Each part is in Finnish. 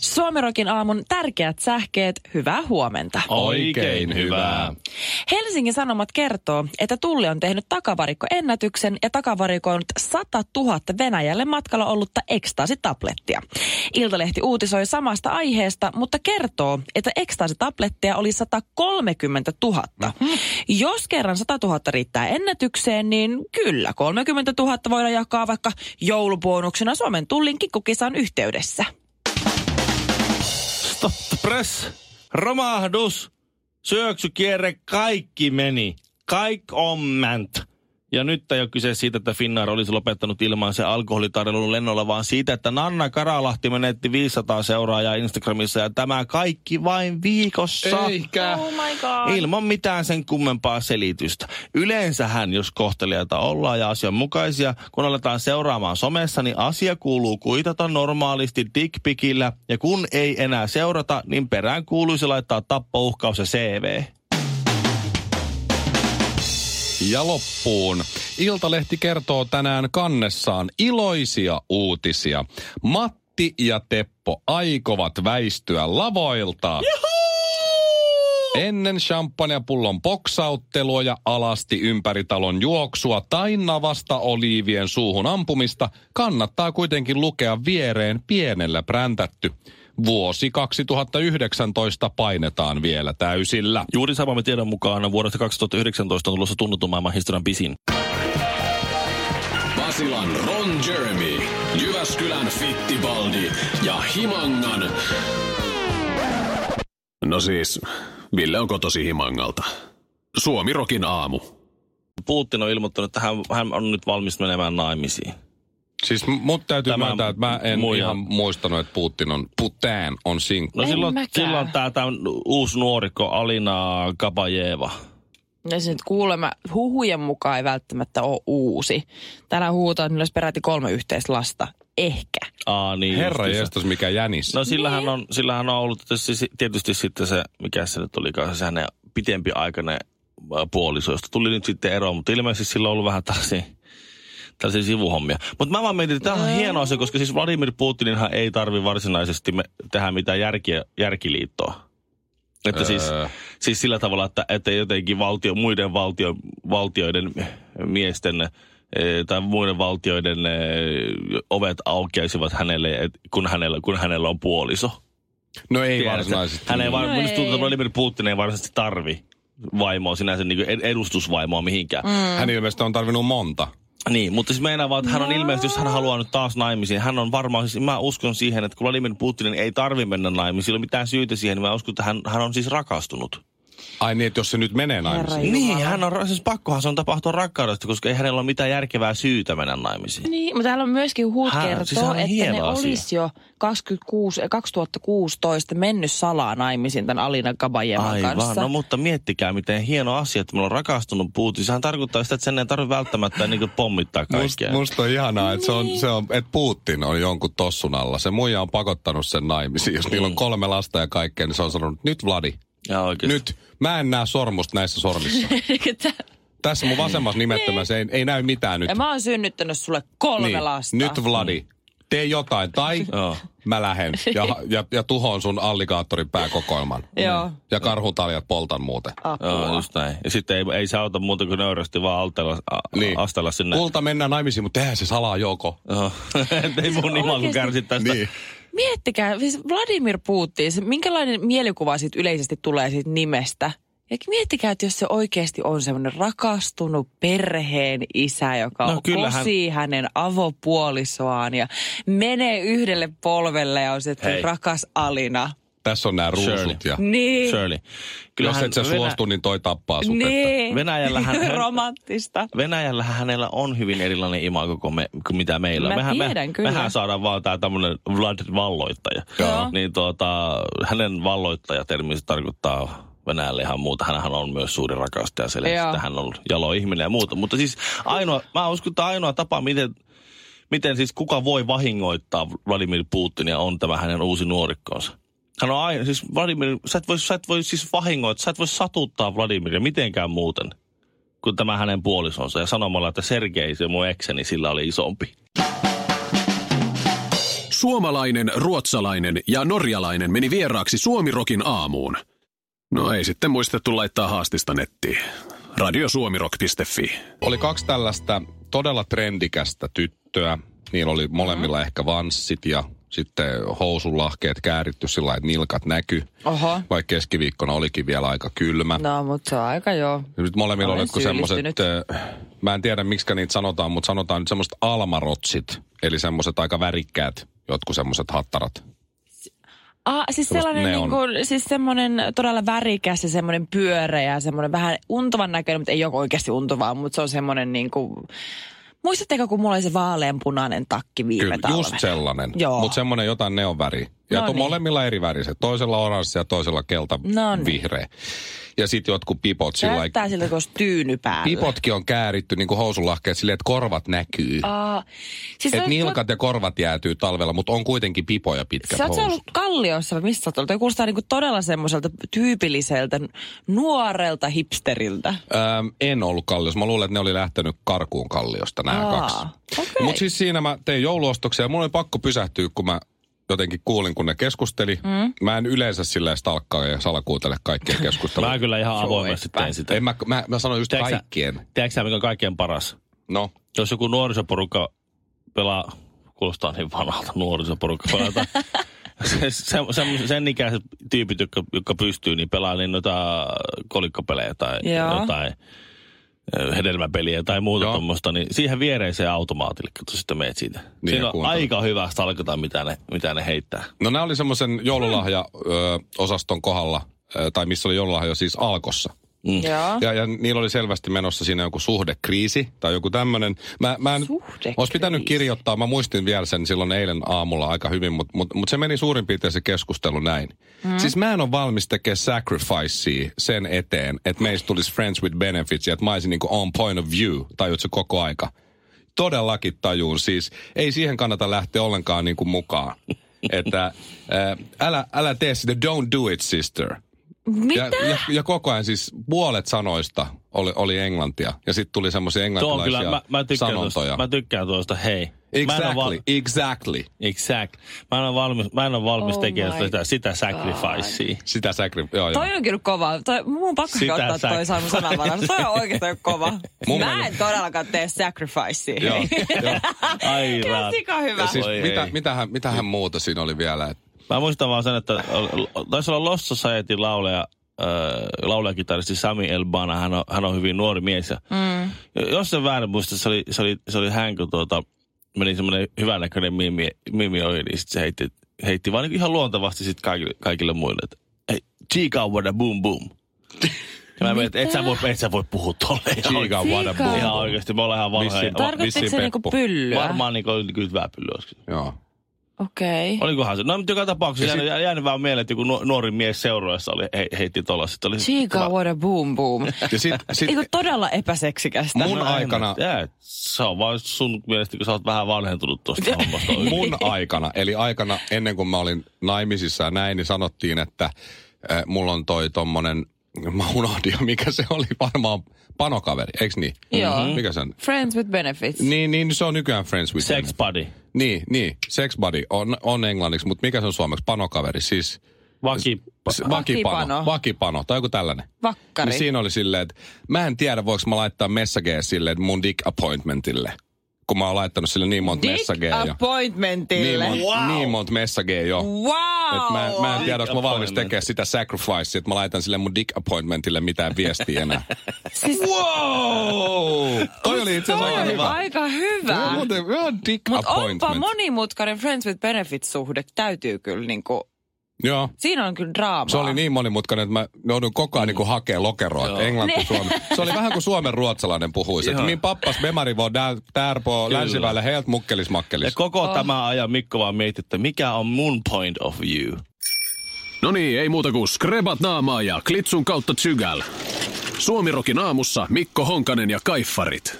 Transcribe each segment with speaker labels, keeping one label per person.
Speaker 1: Suomerokin aamun tärkeät sähkeet, hyvää huomenta.
Speaker 2: Oikein hyvää.
Speaker 1: Helsingin Sanomat kertoo, että Tulli on tehnyt takavarikkoennätyksen ja takavarikoinut 100 000 Venäjälle matkalla ollutta ekstaasitablettia. Iltalehti uutisoi samasta aiheesta, mutta kertoo, että ekstaasitabletteja oli 130 000. Jos kerran 100 000 riittää ennätykseen, niin kyllä 30 000 voidaan jakaa vaikka joulupuonuksena Suomen Tullin kikkukisan yhteydessä.
Speaker 2: Stop press. Romahdus. Syöksykierre. Kaikki meni. Kaik on mänt. Ja nyt ei ole kyse siitä, että Finnair olisi lopettanut ilman se alkoholitarjoulun lennolla, vaan siitä, että Nanna Karalahti menetti 500 seuraajaa Instagramissa ja tämä kaikki vain viikossa.
Speaker 1: Oh my god.
Speaker 2: Ilman mitään sen kummempaa selitystä. Yleensähän, jos kohtelijoita ollaan ja asianmukaisia, kun aletaan seuraamaan somessa, niin asia kuuluu kuitata normaalisti dickpikillä. Ja kun ei enää seurata, niin perään kuuluisi laittaa tappouhkaus ja CV.
Speaker 3: Ja loppuun. Iltalehti kertoo tänään kannessaan iloisia uutisia. Matti ja Teppo aikovat väistyä lavoilta. Ennen champagnepullon poksauttelua ja alasti ympäri talon juoksua tai navasta oliivien suuhun ampumista kannattaa kuitenkin lukea viereen pienellä präntätty. Vuosi 2019 painetaan vielä täysillä.
Speaker 2: Juuri samamme tiedon mukaan vuodesta 2019 on tulossa tunnetun maailman historian pisin.
Speaker 4: Basilan Ron Jeremy, Jyväskylän Fittibaldi ja Himangan... No siis, Ville on kotosi Himangalta. Suomi Rokin aamu.
Speaker 2: Putin on ilmoittanut, että hän, hän on nyt valmis menemään naimisiin.
Speaker 3: Siis m- mut täytyy
Speaker 2: Tämä
Speaker 3: myöntää, että mä en
Speaker 2: muija.
Speaker 3: ihan muistanut, että Putin on, Putin on sinkku.
Speaker 2: No
Speaker 1: En
Speaker 2: silloin,
Speaker 1: mäkään.
Speaker 2: silloin tämä, tämä uusi nuorikko Alina Kabajeva.
Speaker 1: Ja se nyt kuulemma huhujen mukaan ei välttämättä ole uusi. Tänään huutaa, että niillä olisi peräti kolme yhteislasta. Ehkä.
Speaker 2: Aa, niin
Speaker 3: Herra
Speaker 2: justiinsa.
Speaker 3: jestas, mikä jänis.
Speaker 2: No sillähän on, sillähän on ollut tietysti, tietysti sitten se, mikä se nyt olikaan, se hänen pitempi aikainen puoliso, josta tuli nyt sitten ero, mutta ilmeisesti sillä on ollut vähän tällaisia, tällaisia sivuhommia. Mutta mä vaan mietin, että tämä on hieno asia, koska siis Vladimir Putininhan ei tarvi varsinaisesti me, tehdä mitään järkiä, järkiliittoa. Että siis,
Speaker 3: Öö.
Speaker 2: siis sillä tavalla, että, että jotenkin valtio, muiden valtio, valtioiden miesten eh, tai muiden valtioiden eh, ovet aukeaisivat hänelle, et, kun, hänellä, kun hänellä on puoliso.
Speaker 3: No ei
Speaker 2: Tiedätkö?
Speaker 3: varsinaisesti. niin.
Speaker 2: Hän ei var-
Speaker 1: No
Speaker 2: no tuntuu,
Speaker 1: ei.
Speaker 2: että Vladimir Putin ei varsinaisesti tarvi vaimoa sinänsä niin kuin edustusvaimoa mihinkään. Mm.
Speaker 3: Hän ilmeisesti on tarvinnut monta.
Speaker 2: Niin, mutta siis meinaa vaan, että
Speaker 1: No.
Speaker 2: hän on ilmeisesti, jos hän haluaa nyt taas naimisiin, hän on varmaan, siis mä uskon siihen, että kun Vladimir Putinin ei tarvi mennä naimisiin, sillä ei ole mitään syytä siihen, niin mä uskon, että hän, hän on siis rakastunut.
Speaker 3: Ai niin, että jos se nyt menee naimisiin.
Speaker 1: Jumala.
Speaker 2: Niin, hän on, siis pakkohan se on tapahtua rakkaudesta, koska ei hänellä ole mitään järkevää syytä mennä naimisiin.
Speaker 1: Niin, mutta täällä on myöskin huut
Speaker 2: Hän-
Speaker 1: kertoo,
Speaker 2: siis hän on
Speaker 1: että
Speaker 2: hieno
Speaker 1: ne
Speaker 2: asia.
Speaker 1: olisi jo 26, eh, 2016 mennyt salaa naimisiin tämän Alina Kabajevan
Speaker 2: Aivan,
Speaker 1: kanssa.
Speaker 2: no mutta miettikää, miten hieno asia, että meillä on rakastunut Putin. Sehän tarkoittaa sitä, että sen ei tarvitse välttämättä niin kuin pommittaa
Speaker 3: Must,
Speaker 2: kaikkea.
Speaker 3: musta on ihanaa, että se
Speaker 2: Niin.
Speaker 3: on, se on, että Putin on jonkun tossun alla. Se muija on pakottanut sen naimisiin. Jos
Speaker 2: Niin.
Speaker 3: niillä on kolme lasta ja kaikkea, niin se on sanonut, nyt Vladi,
Speaker 2: Ja oikeesti.
Speaker 3: nyt. Mä en näe sormusta näissä sormissa. Tässä mun vasemmassa
Speaker 2: Niin.
Speaker 3: nimettömässä ei, ei näy mitään nyt.
Speaker 1: ja mä oon synnyttänyt sulle kolme
Speaker 2: Niin,
Speaker 1: lasta.
Speaker 3: Niin. Nyt Vladi, tee jotain tai
Speaker 2: Joo.
Speaker 3: mä lähden ja, ja, ja tuhoon sun alligaattorin pääkokoelman.
Speaker 1: Joo.
Speaker 3: Ja karhutaljat poltan muuten.
Speaker 2: Joo,
Speaker 1: Apua.
Speaker 2: just näin. Ja sitten ei, ei se auta muuta kuin nöyrästi vaan altella, a, niin. astella sinne.
Speaker 3: Kulta mennään naimisiin, mutta tehdään se salaa joko.
Speaker 2: Joo. Että ei mun nimaa kun
Speaker 1: Oikeesti.
Speaker 2: kärsit tästä. Niin.
Speaker 1: Miettikää, siis Vladimir Putin, se, minkälainen mielikuva siitä yleisesti tulee siitä nimestä. Ja miettikää, että jos se oikeasti on semmoinen rakastunut perheen isä, joka
Speaker 2: No,
Speaker 1: no,
Speaker 2: kyllähän-
Speaker 1: kosii hänen avopuolisoaan ja menee yhdelle polvelle ja on se, että
Speaker 2: Hei.
Speaker 1: rakas Alina.
Speaker 3: tässä on nämä ruusut
Speaker 2: Shirley.
Speaker 3: ja
Speaker 1: Niin.
Speaker 2: Shirley.
Speaker 3: jos et sä
Speaker 2: Venä-
Speaker 3: suostu, niin toi tappaa sut. että-
Speaker 1: Niin.
Speaker 2: Venäjällähän-
Speaker 1: Romanttista.
Speaker 2: Venäjällähän hänellä on hyvin erilainen imago kuin, me, kuin mitä meillä. on.
Speaker 1: Mä tiedän
Speaker 2: me,
Speaker 1: kyllä.
Speaker 2: Mehän saadaan vaan tää tämmönen Vlad valloittaja.
Speaker 1: Joo.
Speaker 2: Niin tuota, hänen valloittajatermi se tarkoittaa Venäjälle ihan muuta. Hänhän on myös suuri rakastaja
Speaker 1: Joo.
Speaker 2: selvästi. Hän on jalo ihminen ja muuta. Mutta siis ainoa, mä uskon, että ainoa tapa, miten, miten siis kuka voi vahingoittaa Vladimir Putinia on tämä hänen uusi nuorikkoonsa. Hän on aina, siis Vladimir, sä et voi, sä et voi siis vahingoittaa, sä et voi satuttaa Vladimiria mitenkään muuten kuin tämä hänen puolisonsa ja sanomalla, että Sergei, se mun ekseni, sillä oli isompi.
Speaker 4: Suomalainen, ruotsalainen ja norjalainen meni vieraaksi Suomirokin aamuun. No ei sitten muistettu laittaa haastista nettiin. Radiosuomirok.fi.
Speaker 3: Oli kaksi tällaista todella trendikästä tyttöä. Niillä oli molemmilla ehkä vanssit ja sitten housunlahkeet kääritty sillä lailla, että nilkat näky.
Speaker 1: Oho.
Speaker 3: Vaikka keskiviikkona olikin vielä aika kylmä.
Speaker 1: No, mutta se on aika joo.
Speaker 3: Nyt molemmilla
Speaker 1: Olen
Speaker 3: on jotkut semmoiset,
Speaker 1: syyllistynyt.
Speaker 3: mä en tiedä miksi niitä sanotaan, mutta sanotaan nyt semmoiset almarotsit. Eli semmoiset aika värikkäät, jotkut semmoiset hattarat.
Speaker 1: Ah, siis
Speaker 3: Semmosta
Speaker 1: sellainen, niin
Speaker 3: neon.
Speaker 1: kuin, siis semmoinen todella värikäs ja semmoinen pyöreä ja semmoinen vähän untuvan näköinen, mutta ei ole oikeasti untuvaa, mutta se on semmoinen niin kuin... Muistatteko, kun mulla oli se vaaleanpunainen takki viime
Speaker 3: Kyllä,
Speaker 1: talvena?
Speaker 3: just sellainen.
Speaker 1: Joo.
Speaker 3: Mutta semmoinen jotain neonväri.
Speaker 1: No
Speaker 3: Ja no
Speaker 1: niin.
Speaker 3: niin. molemmilla eri väriset. Toisella oranssi ja toisella kelta
Speaker 1: No niin.
Speaker 3: vihreä. Ja sitten jotkut pipot sillä lailla-
Speaker 1: Näyttää siltä, kun olisi tyyny päällä.
Speaker 3: Pipotkin on kääritty niin kuin housunlahkeet silleen, että korvat näkyy.
Speaker 1: Ah, siis
Speaker 3: Että
Speaker 1: oot-
Speaker 3: nilkat ja korvat jäätyy talvella, mutta on kuitenkin pipoja pitkät
Speaker 1: Sä oot sä
Speaker 3: housut.
Speaker 1: ollut kalliossa vai missä sä oot ollut? Toi kuulostaa niinku todella semmoiselta tyypilliseltä nuorelta hipsteriltä.
Speaker 3: Öm, en ollut kalliossa. Mä luulen, että ne oli lähtenyt karkuun kalliosta nämä
Speaker 1: Aa,
Speaker 3: kaksi.
Speaker 1: okei.
Speaker 3: Mutta siis siinä mä tein jouluostoksia ja mulla oli pakko pysähtyä, kun mä jotenkin kuulin, kun ne keskusteli. Mm. Mä en yleensä sillä stalkkaa ja salakuuntele kaikkien keskustelua.
Speaker 2: Mä kyllä ihan avoimesti tein sitä.
Speaker 3: en mä, mä, mä sanoin just
Speaker 2: Tiedätkö sä-
Speaker 3: kaikkien.
Speaker 2: Tiedätkö sä, mikä on kaikkein paras?
Speaker 3: No,
Speaker 2: jos joku nuorisoporukka pelaa, kuulostaa niin vanhalta nuorisoporukka pelata. se, se, se, sen ikäiset tyypit, jotka, jotka pystyy, niin pelaa niin noita kolikkopelejä tai
Speaker 1: Joo.
Speaker 2: jotain ö, hedelmäpeliä tai muuta
Speaker 3: Joo.
Speaker 2: tuommoista, niin siihen viereiseen automaatille, kun sitten meet siitä. Niin
Speaker 3: Niin,
Speaker 2: Siinä
Speaker 3: ja
Speaker 2: on
Speaker 3: kuuntele.
Speaker 2: aika hyvä stalkata, mitä ne, mitä ne heittää.
Speaker 3: no nämä oli semmoisen joululahja-osaston kohdalla, ö, tai missä oli joululahja siis alkossa.
Speaker 1: Joo.
Speaker 3: Mm. Ja, ja niillä oli selvästi menossa siinä joku suhdekriisi tai joku tämmöinen. Mä, mä en,
Speaker 1: Suhdekriisi.
Speaker 3: olisi pitänyt kirjoittaa, mä muistin vielä sen silloin eilen aamulla aika hyvin, mutta mut, mut se meni suurin piirtein se keskustelu näin. Mm. Siis mä en ole valmis tekemään sacrificea sen eteen, että meistä tulisi friends with benefits ja että mä olisin niinku on point of view, tajutko koko aika. Todellakin tajuun siis. Ei siihen kannata lähteä ollenkaan niinku mukaan. että ää, älä, älä tee sitä, don't do it sister.
Speaker 1: Mitä?
Speaker 3: Ja, ja, ja koko ajan siis puolet sanoista oli, oli englantia. Ja sitten tuli semmoisia
Speaker 2: Tuo on
Speaker 3: englantilaisia
Speaker 2: kyllä, mä, mä, tykkään
Speaker 3: sanontoja.
Speaker 2: tuosta, mä tykkään tuosta, hei. Mä en ole
Speaker 3: exactly,
Speaker 2: val-
Speaker 3: exactly.
Speaker 2: exact. Mä en ole valmis, mä en ole valmis
Speaker 1: Oh
Speaker 2: oh
Speaker 1: my
Speaker 2: tekemään sitä, sitä sacrificea.
Speaker 3: Sitä säkri... Joo, joo.
Speaker 1: Toi on kyllä kova. Toi, mun on pakko
Speaker 2: Sitä
Speaker 1: ottaa toi
Speaker 2: sac-
Speaker 1: Samu sananvaras. Toi on oikeastaan kova.
Speaker 3: Mun
Speaker 1: Mä en
Speaker 3: mielestä-
Speaker 1: todellakaan tee sacrificea.
Speaker 3: joo, joo.
Speaker 2: Ai
Speaker 1: Kyllä
Speaker 2: raat.
Speaker 1: sika hyvä.
Speaker 3: Ja siis
Speaker 2: Oi
Speaker 3: mitä,
Speaker 2: ei.
Speaker 3: mitähän, mitähän muuta siinä oli vielä? Et,
Speaker 2: Mä muistan vaan sen, että taisi olla Lost Societyn lauleja, äh, laulajakitaristi Sami Elbana, hän on, hän on hyvin nuori mies. Ja, mm. Jos en väärin muista, se oli, se oli, se oli hän, kun tuota, meni semmoinen hyvännäköinen mimi, mimi oli, niin sit se heitti, heitti vaan niinku ihan luontevasti sit kaikille, kaikille muille, että hei, chica wada boom boom. Ja mä mietin, että et sä voi, et sä voi puhua tolle. Ihan
Speaker 3: Chica wanna
Speaker 1: Sika.
Speaker 3: boom.
Speaker 2: Ihan oikeesti, me ollaan ihan vanhoja.
Speaker 3: Vissiin-
Speaker 1: Tarkoittiko
Speaker 3: Vissiin
Speaker 1: se niinku
Speaker 3: Peppu.
Speaker 1: pyllyä?
Speaker 2: Varmaan niinku kytvää pyllyä.
Speaker 3: joo.
Speaker 1: Okei. Okay.
Speaker 2: Olikohan se? No mutta joka tapauksessa
Speaker 3: Ja
Speaker 2: jäänyt, jäänyt vähän mieleen, että joku nu- nuori mies seuroissa oli, he, heitti tollaset. Oli
Speaker 1: Chica,
Speaker 2: Mä-
Speaker 1: what a boom boom.
Speaker 3: Ja sit, sit,
Speaker 1: Eikö todella epäseksikästä?
Speaker 3: Mun
Speaker 2: No, en
Speaker 3: aikana-
Speaker 2: mä tiedä. Se on vaan sun mielestä, kun sä oot vähän vanhentunut tuosta hommasta.
Speaker 3: mun aikana, eli aikana ennen kuin mä olin naimisissa ja näin, niin sanottiin, että äh, mulla on toi tommonen, mä unohdin jo mikä se oli, varmaan panokaveri, eiks niin?
Speaker 1: Joo.
Speaker 3: Mikä se on?
Speaker 1: Friends with benefits.
Speaker 3: Niin, niin se on nykyään Friends with
Speaker 2: Sex buddy.
Speaker 3: Niin, niin. Sex buddy on, on englanniksi, mutta mikä se on suomeksi? Panokaveri, siis
Speaker 2: Vaki.
Speaker 3: se-
Speaker 1: Vakipano.
Speaker 3: vakipano. Vakipano, tai joku tällainen.
Speaker 1: Vakkari.
Speaker 3: Niin siinä oli silleen, että mä en tiedä, voiko mä laittaa messagea sille että mun dick appointmentille. Kun mä oon laittanut sille niin monta
Speaker 1: Dick
Speaker 3: messagea. jo. Niin
Speaker 1: appointmentille.
Speaker 3: monta, niin monta messagea jo.
Speaker 1: Wow!
Speaker 3: Et mä, mä en tiedä, onko mä valmis
Speaker 2: Appointment.
Speaker 3: tekemään sitä sacrificea, että mä laitan sille mun dick appointmentille mitään viestiä enää.
Speaker 1: Siis,
Speaker 3: wow! Oh. Toi oli itse asiassa
Speaker 1: toi
Speaker 3: aika
Speaker 1: oli
Speaker 3: hyvä.
Speaker 1: aika
Speaker 3: Joo,
Speaker 1: hyvä.
Speaker 3: muuten, joo, dick
Speaker 1: Mutta onpa
Speaker 3: appointment.
Speaker 1: monimutkainen Friends with Benefits-suhde. Täytyy kyllä niinku
Speaker 3: Joo.
Speaker 1: Siinä on kyllä draamaa.
Speaker 3: Se oli niin monimutkainen, että mä joudun koko
Speaker 2: Mm.
Speaker 3: ajan niin hakemaan lokeroa. että Englanti,
Speaker 1: Niin.
Speaker 3: Suomi. Se oli vähän kuin suomen ruotsalainen puhuisi. Että
Speaker 2: Joo.
Speaker 3: min pappas memari voi dä- tärpo länsiväillä heilt mukkelis
Speaker 2: Ja
Speaker 3: makkelis.
Speaker 2: koko oh. tämä ajan Mikko vaan mietti, että mikä on mun point of view.
Speaker 4: No niin, ei muuta kuin skrebat naamaa ja klitsun kautta tsygäl. Suomirokin aamussa Mikko Honkanen ja Kaiffarit.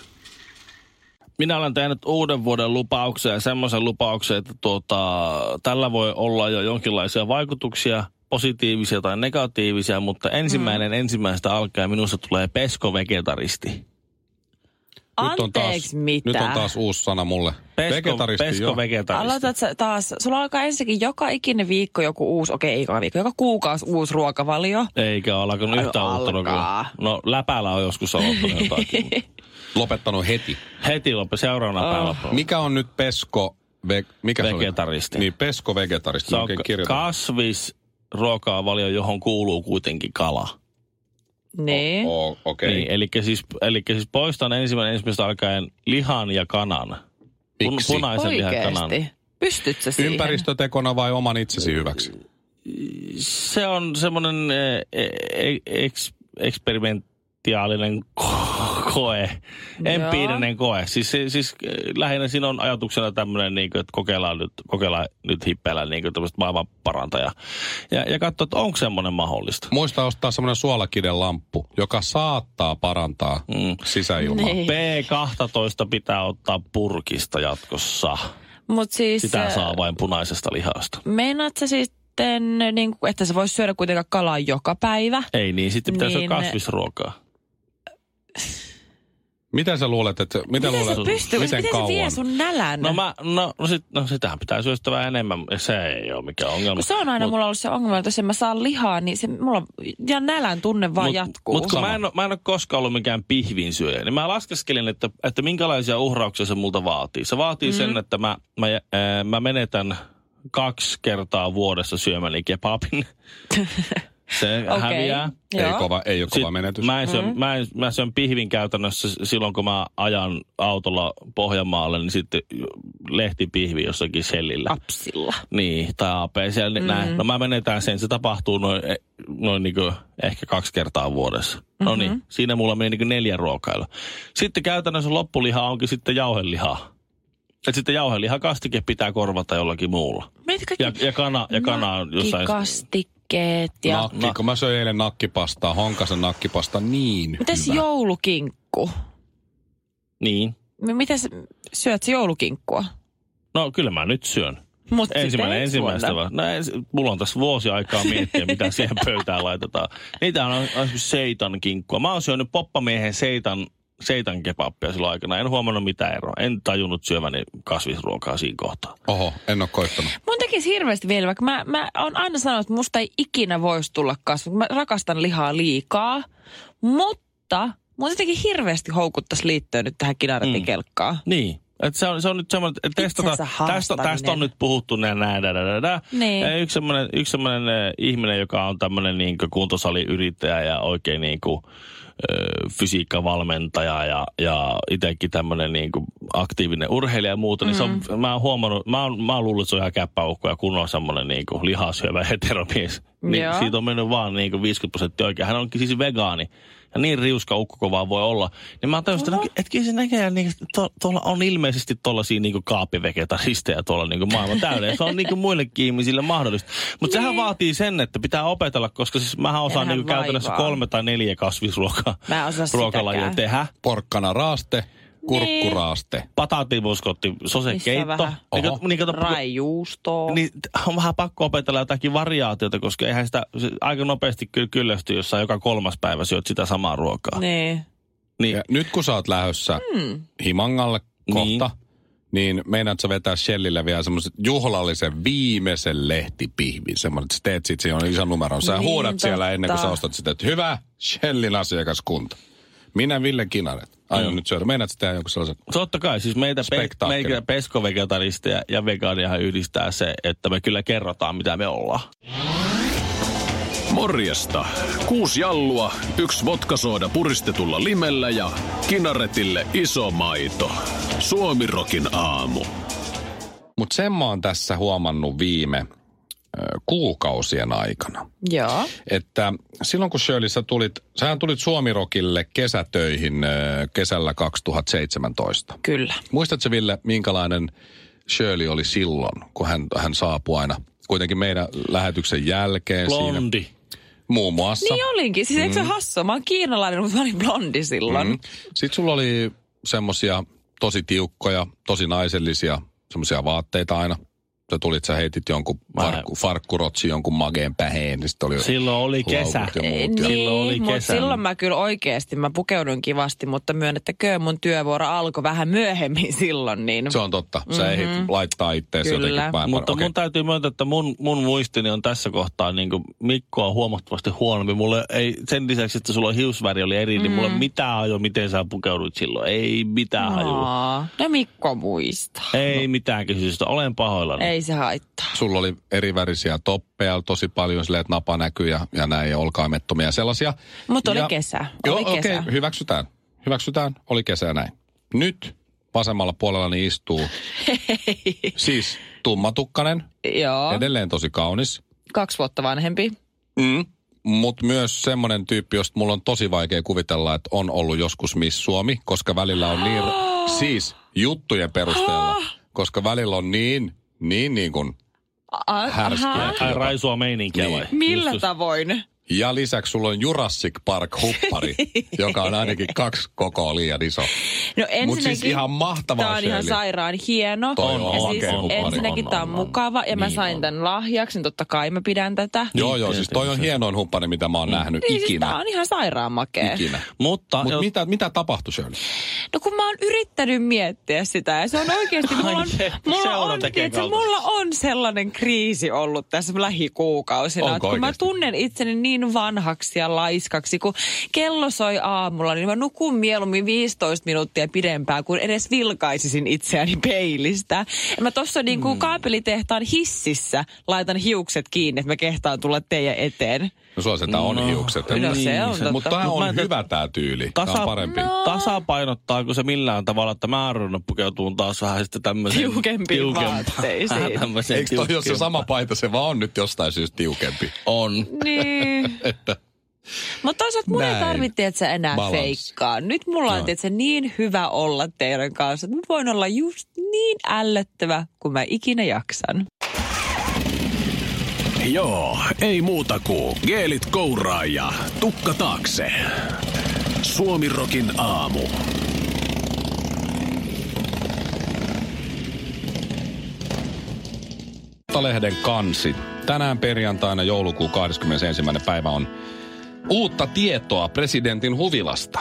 Speaker 2: Minä olen tehnyt uuden vuoden lupauksen ja semmoisen lupauksen, että tuota, tällä voi olla jo jonkinlaisia vaikutuksia, positiivisia tai negatiivisia, mutta ensimmäinen mm. ensimmäistä alkaen minusta tulee pesko-vegetaristi.
Speaker 3: Nyt on
Speaker 1: Anteeksi
Speaker 3: taas,
Speaker 1: mitä?
Speaker 3: nyt on taas uusi sana mulle.
Speaker 2: Pesko,
Speaker 3: Vegetaristi, joo.
Speaker 2: pesko-vegetaristi.
Speaker 1: Aloitat sä taas, sulla alkaa ensinnäkin joka ikinen viikko joku uusi, okei ei joka viikko, joka kuukausi uusi ruokavalio.
Speaker 2: Eikä ole alkanut
Speaker 1: Ai,
Speaker 2: yhtään uutta
Speaker 1: alkaa.
Speaker 2: ruokaa. No läpällä on joskus aloittanut jotakin. mutta
Speaker 3: Lopettanut heti.
Speaker 2: Heti loppu, seuraavana oh. päivänä.
Speaker 3: Ah. Mikä on nyt pesko... Ve, mikä se oli?
Speaker 2: Vegetaristi.
Speaker 3: Niin, pesko vegetaristi.
Speaker 2: Se on
Speaker 3: Oikein
Speaker 2: ka-
Speaker 3: kirjoitan.
Speaker 2: kasvis ruokavalio, johon kuuluu kuitenkin kala.
Speaker 1: Niin.
Speaker 3: Oo, Okei.
Speaker 2: Niin, eli, siis, eli siis poistan ensimmäinen ensimmäistä alkaen lihan ja kanan. Pun,
Speaker 3: Miksi?
Speaker 2: punaisen lihan ja kanan.
Speaker 1: Oikeesti. Pystyt sä siihen?
Speaker 3: Ympäristötekona vai oman itsesi hyväksi?
Speaker 2: Se on semmoinen eh, eh, eks, eksperimentiaalinen ko- koe, empiirinen koe. Siis, se- siis eh, lähinnä siinä on ajatuksena tämmöinen, niin että kokeillaan nyt, kokeillaan nyt hippeillä niin tämmöistä maailman parantajaa. Ja, ja katsoa, että onko semmoinen mahdollista.
Speaker 3: Muista ostaa semmoinen suolakiden lamppu, joka saattaa parantaa mm. sisäilmaa. Niin.
Speaker 2: B12 pitää ottaa purkista jatkossa.
Speaker 1: Mut siis,
Speaker 2: Sitä
Speaker 1: äh,
Speaker 2: saa vain punaisesta lihasta.
Speaker 1: Meinaat sä sitten, niin, kuin, että sä vois syödä kuitenkaan kalaa joka päivä?
Speaker 2: Ei niin, sitten pitäisi niin,
Speaker 1: Niin-
Speaker 2: olla kasvisruokaa.
Speaker 3: Mitä sä luulet, että... Mitä
Speaker 1: Miten
Speaker 3: luulet,
Speaker 1: sä pystyy, miten,
Speaker 3: miten
Speaker 1: miten se
Speaker 3: kauan?
Speaker 1: vie sun nälän?
Speaker 2: No, mä, no, no, sit, no sitähän pitää syödä sitä vähän enemmän. Se ei ole mikään ongelma.
Speaker 1: Kun se on aina
Speaker 2: Mut-
Speaker 1: mulla ollut se ongelma, että jos en mä saa lihaa, niin se mulla ja nälän tunne vaan
Speaker 2: mut,
Speaker 1: jatkuu.
Speaker 2: Mut kun mä en, oo- mä en ole koskaan ollut mikään pihvinsyöjä, niin mä laskeskelin, että, että minkälaisia uhrauksia se multa vaatii. Se vaatii mm. sen, että mä, mä, äh, mä menetän kaksi kertaa vuodessa syömäni kebabin. se okay.
Speaker 1: Okei.
Speaker 2: häviää.
Speaker 3: Ei,
Speaker 1: Joo.
Speaker 3: kova, ei ole kova
Speaker 2: Sit
Speaker 3: menetys.
Speaker 2: Mä, en syö, mm. mä, en, mä syön pihvin käytännössä s- silloin, kun mä ajan autolla Pohjanmaalle, niin sitten lehtipihvi jossakin sellillä.
Speaker 1: Apsilla.
Speaker 2: Niin, tai AP siellä, mm. näin. No mä menetään sen, se tapahtuu noin, eh, noin niin ehkä kaksi kertaa vuodessa. No niin, mm-hmm. siinä mulla meni niin neljä ruokailua. Sitten käytännössä loppuliha onkin sitten jauhelihaa. Et sitten jauhelihakastike pitää korvata jollakin muulla.
Speaker 1: Meitä kaikki
Speaker 2: Ja, ja kana,
Speaker 1: No,
Speaker 2: ja kana on jossain...
Speaker 1: nakkikastikkeet ja... No.
Speaker 3: Nakki, kun mä söin eilen nakkipastaa, honkasen nakkipasta niin
Speaker 1: Mites
Speaker 3: hyvä.
Speaker 1: joulukinkku?
Speaker 2: Niin.
Speaker 1: M- Mites syöt sä joulukinkkua?
Speaker 2: No kyllä mä nyt syön.
Speaker 1: Mut sitten
Speaker 2: Ensimmäinen
Speaker 1: ensi
Speaker 2: ensimmäistä
Speaker 1: vuonna.
Speaker 2: vaan. No, ensi, mulla on tässä vuosi aikaa miettiä, mitä siihen pöytään laitetaan. Niitä on, on esimerkiksi seitan kinkkua. Mä oon syönyt poppamiehen seitan, seitan kebappia silloin aikana. En huomannut mitään eroa. En tajunnut syöväni kasvisruokaa siinä kohtaa.
Speaker 3: Oho, en ole koittanut.
Speaker 1: Mun tekisi hirveästi vielä, vaikka mä, mä oon aina sanonut, että musta ei ikinä voisi tulla kasvu. Mä rakastan lihaa liikaa, mutta mun jotenkin hirveästi houkuttaisi liittyä nyt tähän kinaretin mm. kelkkaan.
Speaker 2: Niin. Et se, on, se on nyt semmoinen, että testata,
Speaker 1: Itsensä
Speaker 2: tästä, tästä on
Speaker 1: haastaminen.
Speaker 2: nyt puhuttu näin, näin, näin, näin, näin.
Speaker 1: Niin.
Speaker 2: Ja yksi semmoinen, yksi semmoinen eh, ihminen, joka on tämmöinen niin kuntosaliyrittäjä ja oikein niin kuin, fysiikkavalmentaja ja, ja itsekin tämmöinen niin kuin aktiivinen urheilija ja muuta, niin mm. se on, mä oon huomannut, mä oon, mä oon luullut, että se on ihan käppäukko ja kun on semmoinen niin kuin lihasyövä heteromies, niin
Speaker 1: Joo.
Speaker 2: siitä on mennyt vaan niin kuin 50 prosenttia oikein. Hän onkin siis vegaani ja niin riuska ukko kuin vaan voi olla. Niin mä tajusin, että et kyllä se näkee, niin, to, tuolla on ilmeisesti tuollaisia niin kaapivegetaristeja tuolla niin kuin maailman täydellä. Ja Se on niin kuin muillekin ihmisille mahdollista. Mutta sehän
Speaker 1: Niin.
Speaker 2: vaatii sen, että pitää opetella, koska siis mähän osaan
Speaker 1: Tehdään
Speaker 2: niin kuin käytännössä
Speaker 1: vaivaa.
Speaker 2: kolme tai neljä kasvisruokaa
Speaker 1: Mä en osaa
Speaker 2: ruokalajia
Speaker 1: sitäkään.
Speaker 2: tehdä.
Speaker 3: Porkkana raaste,
Speaker 1: Niin.
Speaker 3: kurkkuraaste.
Speaker 2: Patatimuskotti,
Speaker 1: Missä
Speaker 2: sosekeitto.
Speaker 1: vähän?
Speaker 2: Niin,
Speaker 3: Oho.
Speaker 2: kato- niin, kato-
Speaker 1: Raijuustoa.
Speaker 2: niin t- on vähän pakko opetella jotakin variaatiota, koska eihän sitä se aika nopeasti ky- kyllästyy, jos sä joka kolmas päivä syöt sitä samaa ruokaa.
Speaker 1: niin.
Speaker 2: Niin,
Speaker 3: Ja nyt kun sä oot lähdössä mm. Himangalle kohta, niin, niin meinaat sä vetää Shellille vielä semmoisen juhlallisen viimeisen lehtipihvin. Semmoinen, että sä teet sit siihen on isän numeron. Sä
Speaker 1: Niin,
Speaker 3: huudat siellä ennen kuin sä
Speaker 1: totta.
Speaker 3: ostat sitä, että hyvä Shellin asiakaskunta. Minä Ville Kinaret. Aion mm. nyt syödä. Meinaat sä tehdä jonkun sellaisen
Speaker 2: Totta kai, siis meitä, pe-
Speaker 3: Spektaakkeli.
Speaker 2: meitä peskovegetaristeja ja vegaaniahan yhdistää se, että me kyllä kerrotaan, mitä me ollaan.
Speaker 4: Morjesta. Kuusi jallua, yksi vodkasooda puristetulla limellä ja kinaretille iso maito. Suomirokin aamu.
Speaker 3: Mutta sen mä oon tässä huomannut viime ö, kuukausien aikana.
Speaker 1: Joo.
Speaker 3: Että silloin kun Shirley sä tulit, sähän tulit Suomirokille kesätöihin ö, kesällä 2017.
Speaker 1: Kyllä.
Speaker 3: Muistatko Ville, minkälainen Shirley oli silloin, kun hän, hän saapui aina kuitenkin meidän lähetyksen jälkeen siinä
Speaker 2: Blondi.
Speaker 3: muun muassa.
Speaker 1: Niin olinkin. Siis eikö se
Speaker 2: Mm.
Speaker 1: ole hassua? Mä oon kiinalainen, mutta mä olin blondi silloin. Mm.
Speaker 3: Sitten sulla oli semmosia tosi tiukkoja, tosi naisellisia semmosia vaatteita aina. Sä tulit, sä heitit jonkun
Speaker 2: Mä-
Speaker 3: farkku, farkkurotsi jonkun mageen päheen, niin sit oli
Speaker 2: Silloin oli kesä.
Speaker 3: laukut ja muut.
Speaker 1: Niin,
Speaker 2: Silloin oli
Speaker 1: mut
Speaker 2: kesä.
Speaker 1: silloin mä kyllä oikeasti, mä pukeudun kivasti, mutta myönnettäköön mun työvuoro alkoi vähän myöhemmin silloin, niin
Speaker 3: Se on totta. Sä mm-hmm. ehdit laittaa itteesi
Speaker 1: Kyllä.
Speaker 3: jotenkin päin.
Speaker 2: Mutta
Speaker 3: Okei.
Speaker 2: mun täytyy myöntää, että mun, mun muistini on tässä kohtaa niin kuin Mikko on huomattavasti huonompi. Mulle ei, sen lisäksi, että sulla hiusväri oli eri, mm. niin mulla ei mitään haju, miten sä pukeudut silloin. Ei mitään hajua.
Speaker 1: Aa, no Mikko muistaa.
Speaker 2: Ei mitään kysymystä. Olen pahoillani.
Speaker 1: Ei se haittaa.
Speaker 3: Sulla oli erivärisiä toppeja tosi paljon, silleen, että napa näkyy ja, ja näin, ja olkaimettomia ja sellaisia.
Speaker 1: Mutta oli
Speaker 3: Ja-
Speaker 1: kesä.
Speaker 3: Joo,
Speaker 1: Oli
Speaker 3: okei,
Speaker 1: kesä.
Speaker 3: okay, hyväksytään. Hyväksytään, oli kesä ja näin. Nyt vasemmalla puolellani istuu siis tummatukkanen,
Speaker 1: Joo,
Speaker 3: edelleen tosi kaunis,
Speaker 1: kaksi vuotta vanhempi.
Speaker 3: mm. mutta myös semmoinen tyyppi, josta mulla on tosi vaikea kuvitella, että on ollut joskus Miss Suomi, koska välillä on niin, siis juttujen perusteella, koska välillä on niin, niin niin kuin
Speaker 1: A-
Speaker 3: härskiä.
Speaker 1: ahaa.
Speaker 2: Ai raisua meininkiä
Speaker 3: Niin.
Speaker 2: vai?
Speaker 1: Millä
Speaker 2: Just, just.
Speaker 1: tavoin? No
Speaker 3: Ja lisäksi sulla on Jurassic Park huppari, joka on ainakin kaksi kokoa liian iso.
Speaker 1: No
Speaker 3: Mutta
Speaker 1: ensinnäkin...
Speaker 3: siis ihan mahtavaa
Speaker 1: Tämä on ihan
Speaker 3: Shirley.
Speaker 1: sairaan hieno.
Speaker 3: Toi
Speaker 2: on
Speaker 1: ja siis
Speaker 2: oikein upea.
Speaker 1: ensinnäkin
Speaker 2: On,
Speaker 1: tämä on
Speaker 2: on, on.
Speaker 1: mukava ja mä
Speaker 2: Niin
Speaker 1: sain
Speaker 2: on.
Speaker 1: tämän lahjaksi, niin totta kai mä pidän tätä.
Speaker 3: Joo,
Speaker 2: Niin,
Speaker 3: joo, siis toi on
Speaker 2: tietenkin.
Speaker 3: hienoin humppani, mitä mä oon nähnyt
Speaker 1: Niin siis tää
Speaker 3: ikinä.
Speaker 1: on Eh. ihan sairaan makea.
Speaker 3: ikinä.
Speaker 2: Mutta
Speaker 3: Mut
Speaker 2: jos-
Speaker 3: mitä, mitä tapahtui Shirley?
Speaker 1: No kun mä oon yrittänyt miettiä sitä ja se on oikeasti, mulla on,
Speaker 2: Ai se,
Speaker 1: mulla
Speaker 2: seura
Speaker 1: on,
Speaker 2: tekee
Speaker 1: tiedätkö,
Speaker 2: kaltaista.
Speaker 1: mulla on sellainen kriisi ollut tässä lähikuukausina.
Speaker 3: Onko
Speaker 1: että kun mä
Speaker 3: oikeasti?
Speaker 1: tunnen itseni niin vanhaksi ja laiskaksi, kun kello soi aamulla, niin mä nukun mieluummin 15 minuuttia pidempään, kuin edes vilkaisisin itseäni peilistä. Ja mä tossa niin kuin kaapelitehtaan hississä laitan hiukset kiinni, että mä kehtaan tulla teidän eteen.
Speaker 3: No sulla se tää on
Speaker 2: No,
Speaker 3: hiukset.
Speaker 1: no se on totta.
Speaker 3: Mutta tää
Speaker 2: Mut mä en
Speaker 3: on
Speaker 2: tä-
Speaker 3: hyvä tää tyyli. Tää
Speaker 2: Tasa,
Speaker 3: on parempi.
Speaker 2: No. Tasapainottaako se millään tavalla, että mä oon ruvennut pukeutumaan taas vähän sitten tämmöisen...
Speaker 1: Tiukempiin vaatteisiin.
Speaker 2: tämmöiseen
Speaker 3: Eikö toi ole se sama paita, se vaan on nyt jostain syystä tiukempi.
Speaker 2: On.
Speaker 1: Niin. Mutta toisaalta mun ei
Speaker 3: Näin.
Speaker 1: tarvitse, että sä enää
Speaker 3: Balance.
Speaker 1: feikkaa. Nyt mulla on, että niin hyvä olla teidän kanssa, että mä voin olla just niin ällöttävä, kuin mä ikinä jaksan.
Speaker 4: Joo, ei muuta kuin geelit kouraa ja tukka taakse. Suomirokin aamu.
Speaker 3: Lehden kansi. Tänään perjantaina joulukuun 21. päivä on uutta tietoa presidentin huvilasta.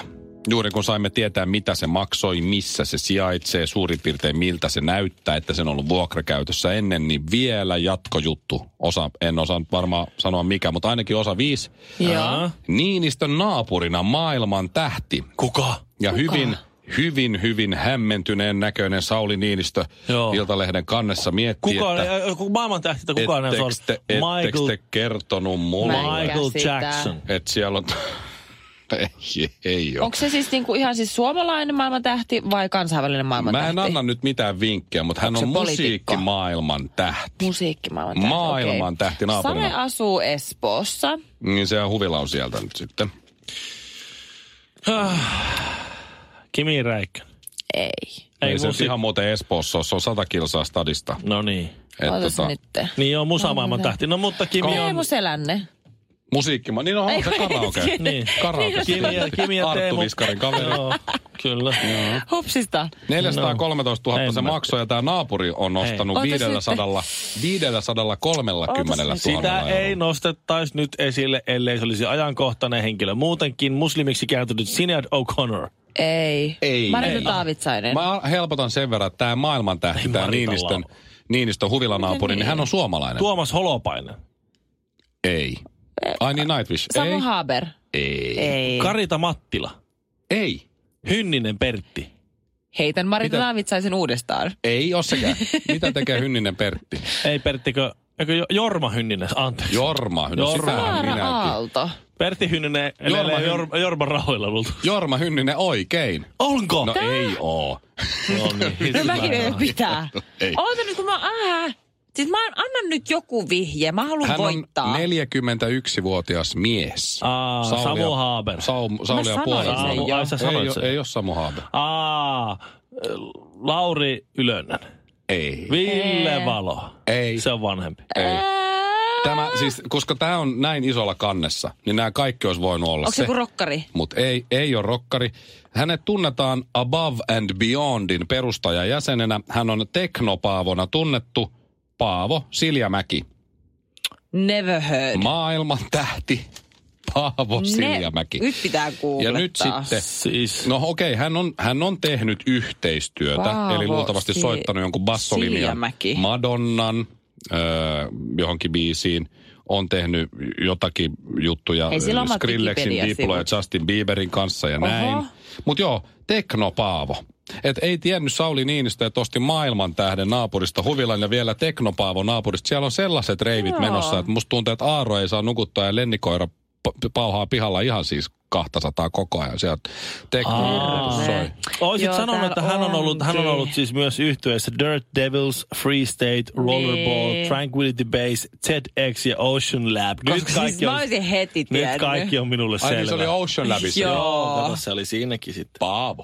Speaker 3: Juuri kun saimme tietää, mitä se maksoi, missä se sijaitsee, suurin piirtein miltä se näyttää, että sen on ollut vuokrakäytössä ennen, niin vielä jatkojuttu. Osa, en osaa nyt varmaan sanoa mikä, mutta ainakin osa viisi.
Speaker 2: Ah.
Speaker 1: Joo.
Speaker 3: Niinistön naapurina maailman tähti.
Speaker 2: Kuka?
Speaker 3: Ja hyvin, hyvin, hyvin hämmentyneen näköinen Sauli Niinistö
Speaker 2: Joo.
Speaker 3: Iltalehden kannessa miettii,
Speaker 2: Kuka on?
Speaker 3: että
Speaker 2: Ei, Maailman tähti, että kuka on? Se on
Speaker 3: ettekö te, ettekö
Speaker 2: Michael,
Speaker 3: te kertonut mulle,
Speaker 1: Mä en
Speaker 2: Michael
Speaker 1: käsitä.
Speaker 2: Jackson.
Speaker 3: että siellä on... ei, ei ole.
Speaker 1: Onko se siis niinku ihan siis suomalainen maailmantähti vai kansainvälinen
Speaker 3: Mä
Speaker 1: maailmantähti?
Speaker 3: en anna nyt mitään vinkkejä, mutta hän
Speaker 1: Onko
Speaker 3: on
Speaker 1: se poliitikko?
Speaker 3: musiikkimaailman tähti.
Speaker 1: Musiikki maailmantähti.
Speaker 3: Maailman tähti naapurina.
Speaker 1: Sane asuu Espoossa.
Speaker 3: Niin se huvila on sieltä nyt sitten.
Speaker 2: Kimi Räikkönen.
Speaker 1: Ei.
Speaker 3: Ei,
Speaker 2: Ei
Speaker 3: se nyt
Speaker 2: musi...
Speaker 3: ihan muuten Espoossa, ole, se on sata kilsaa stadista.
Speaker 2: No niin.
Speaker 3: Et
Speaker 1: Ootas
Speaker 3: tota,
Speaker 1: nyt.
Speaker 2: Niin on musamaailman tähti. No mutta Kimi
Speaker 1: Ei
Speaker 2: on...
Speaker 1: mun selänne.
Speaker 3: musiikkima, niin onhan se karaoke.
Speaker 2: Niin.
Speaker 3: Karaoke.
Speaker 2: Kimi ja, Kimi ja
Speaker 3: Arttu
Speaker 2: Teemu.
Speaker 3: Viskarin kaveri.
Speaker 2: Joo, kyllä.
Speaker 1: Hupsista.
Speaker 3: 413 000
Speaker 2: No, en
Speaker 3: se
Speaker 2: mä
Speaker 3: maksoi ja tämä naapuri on nostanut
Speaker 1: Ootas nyt.
Speaker 3: 500, 530 000
Speaker 1: Ootas nyt.
Speaker 2: Sitä
Speaker 3: eurolla.
Speaker 2: ei nostettaisi nyt esille, ellei se olisi ajankohtainen henkilö. Muutenkin muslimiksi kääntynyt Sinead O'Connor.
Speaker 3: Niin.
Speaker 1: Ei.
Speaker 3: Ei.
Speaker 1: Marita
Speaker 3: Ei.
Speaker 1: Taavitsainen.
Speaker 3: Mä helpotan sen verran, että tämä maailman tähti,
Speaker 2: Ei
Speaker 3: tämä
Speaker 2: Marita
Speaker 3: Niinistön,
Speaker 2: laula.
Speaker 3: Niinistön huvilanaapuri, niin hän on suomalainen.
Speaker 2: Tuomas Holopainen.
Speaker 3: Ei. Ai niin, Nightwish.
Speaker 1: Samu Haber.
Speaker 3: Ei. Ei.
Speaker 1: Ei.
Speaker 2: Karita Mattila.
Speaker 3: Ei.
Speaker 2: Hynninen Pertti.
Speaker 1: Heitän Marita
Speaker 3: Mitä?
Speaker 1: Taavitsaisen uudestaan.
Speaker 3: Ei ole sekään. Mitä tekee Hynninen Pertti?
Speaker 2: Ei Perttikö, eikö Jo- Jorma Hynninen, anteeksi.
Speaker 3: Jorma. No
Speaker 2: Jorma.
Speaker 3: sitähän
Speaker 1: Saara
Speaker 3: minäkin.
Speaker 1: Aalto.
Speaker 2: Pertti Hynninen,
Speaker 3: Jorma
Speaker 2: Jorma,
Speaker 3: Hyn-
Speaker 2: Jorma, Jorman rahoilla multa.
Speaker 3: Jorma Hynninen oikein.
Speaker 2: Onko?
Speaker 3: No ei niin. oo.
Speaker 2: No niin,
Speaker 1: No
Speaker 2: hyvä.
Speaker 1: mäkin vielä pitää.
Speaker 3: Ei.
Speaker 1: Oota nyt, kun mä... Äh,
Speaker 5: Siis mä annan nyt joku vihje. Mä haluan
Speaker 3: Hän
Speaker 5: voittaa.
Speaker 3: on 41-vuotias mies.
Speaker 2: Aa, Samu Haaber.
Speaker 3: Saum, Sauli
Speaker 5: Mä
Speaker 3: ja
Speaker 5: sanoin
Speaker 3: puolella.
Speaker 5: sen
Speaker 2: Samu- jo. Ai, sä sanoit
Speaker 3: ei,
Speaker 2: sen.
Speaker 3: ole, ei ole Samu Haaber.
Speaker 2: Aa, Lauri Ylönen.
Speaker 3: Ei.
Speaker 2: Ville Valo.
Speaker 3: Ei.
Speaker 2: Se on vanhempi.
Speaker 3: ei. Tämä, siis, koska tämä on näin isolla kannessa, niin nämä kaikki olisi voinut olla
Speaker 5: Onko se joku rokkari?
Speaker 3: mutta ei, ei ole rokkari. Hänet tunnetaan Above and Beyondin perustajajäsenenä. Hän on teknopaavona tunnettu Paavo Siljamäki.
Speaker 5: Never heard.
Speaker 3: Maailman tähti Paavo Siljamäki.
Speaker 5: Nyt pitää
Speaker 3: ja
Speaker 5: googlettaa.
Speaker 3: nyt sitten,
Speaker 2: Siis,
Speaker 3: no okei, hän on, hän on tehnyt yhteistyötä,
Speaker 5: Paavo
Speaker 3: eli luultavasti
Speaker 5: Si-
Speaker 3: soittanut jonkun bassolinjan
Speaker 5: Siljamäki.
Speaker 3: Madonnan öö, johonkin biisiin. On tehnyt jotakin juttuja
Speaker 5: Hei, sillä on omat
Speaker 3: Skrillexin,
Speaker 5: Wikipedia-sivut.
Speaker 3: Diplo ja Justin Bieberin kanssa ja
Speaker 5: Oho.
Speaker 3: näin. Mutta joo, teknopaavo. Et ei tiennyt Sauli Niinistö, että osti maailman tähden naapurista huvilan ja vielä teknopaavo naapurista. Siellä on sellaiset reivit
Speaker 5: Joo.
Speaker 3: menossa, että musta tuntuu, että Aaro ei saa nukuttaa ja lennikoira pa- pauhaa pihalla ihan siis 200 koko ajan. Siellä teknopaavo
Speaker 2: Aa.
Speaker 3: soi.
Speaker 2: Oisit
Speaker 5: Joo,
Speaker 2: sanonut,
Speaker 5: täällä
Speaker 2: että hän on, ollut, hän on
Speaker 5: onkin.
Speaker 2: ollut siis myös yhtyeessä Dirt Devils, Free State, Rollerball,
Speaker 5: Niin.
Speaker 2: Tranquility Base, ZX ja Ocean Lab. Nyt
Speaker 5: Koska siis mä olisin heti
Speaker 2: nyt
Speaker 5: tiennyt.
Speaker 2: kaikki on minulle
Speaker 3: Ai
Speaker 2: selvä.
Speaker 3: niin, se oli Ocean Labissa.
Speaker 5: Joo.
Speaker 2: Joo, kato, se oli siinäkin sitten.
Speaker 3: Paavo.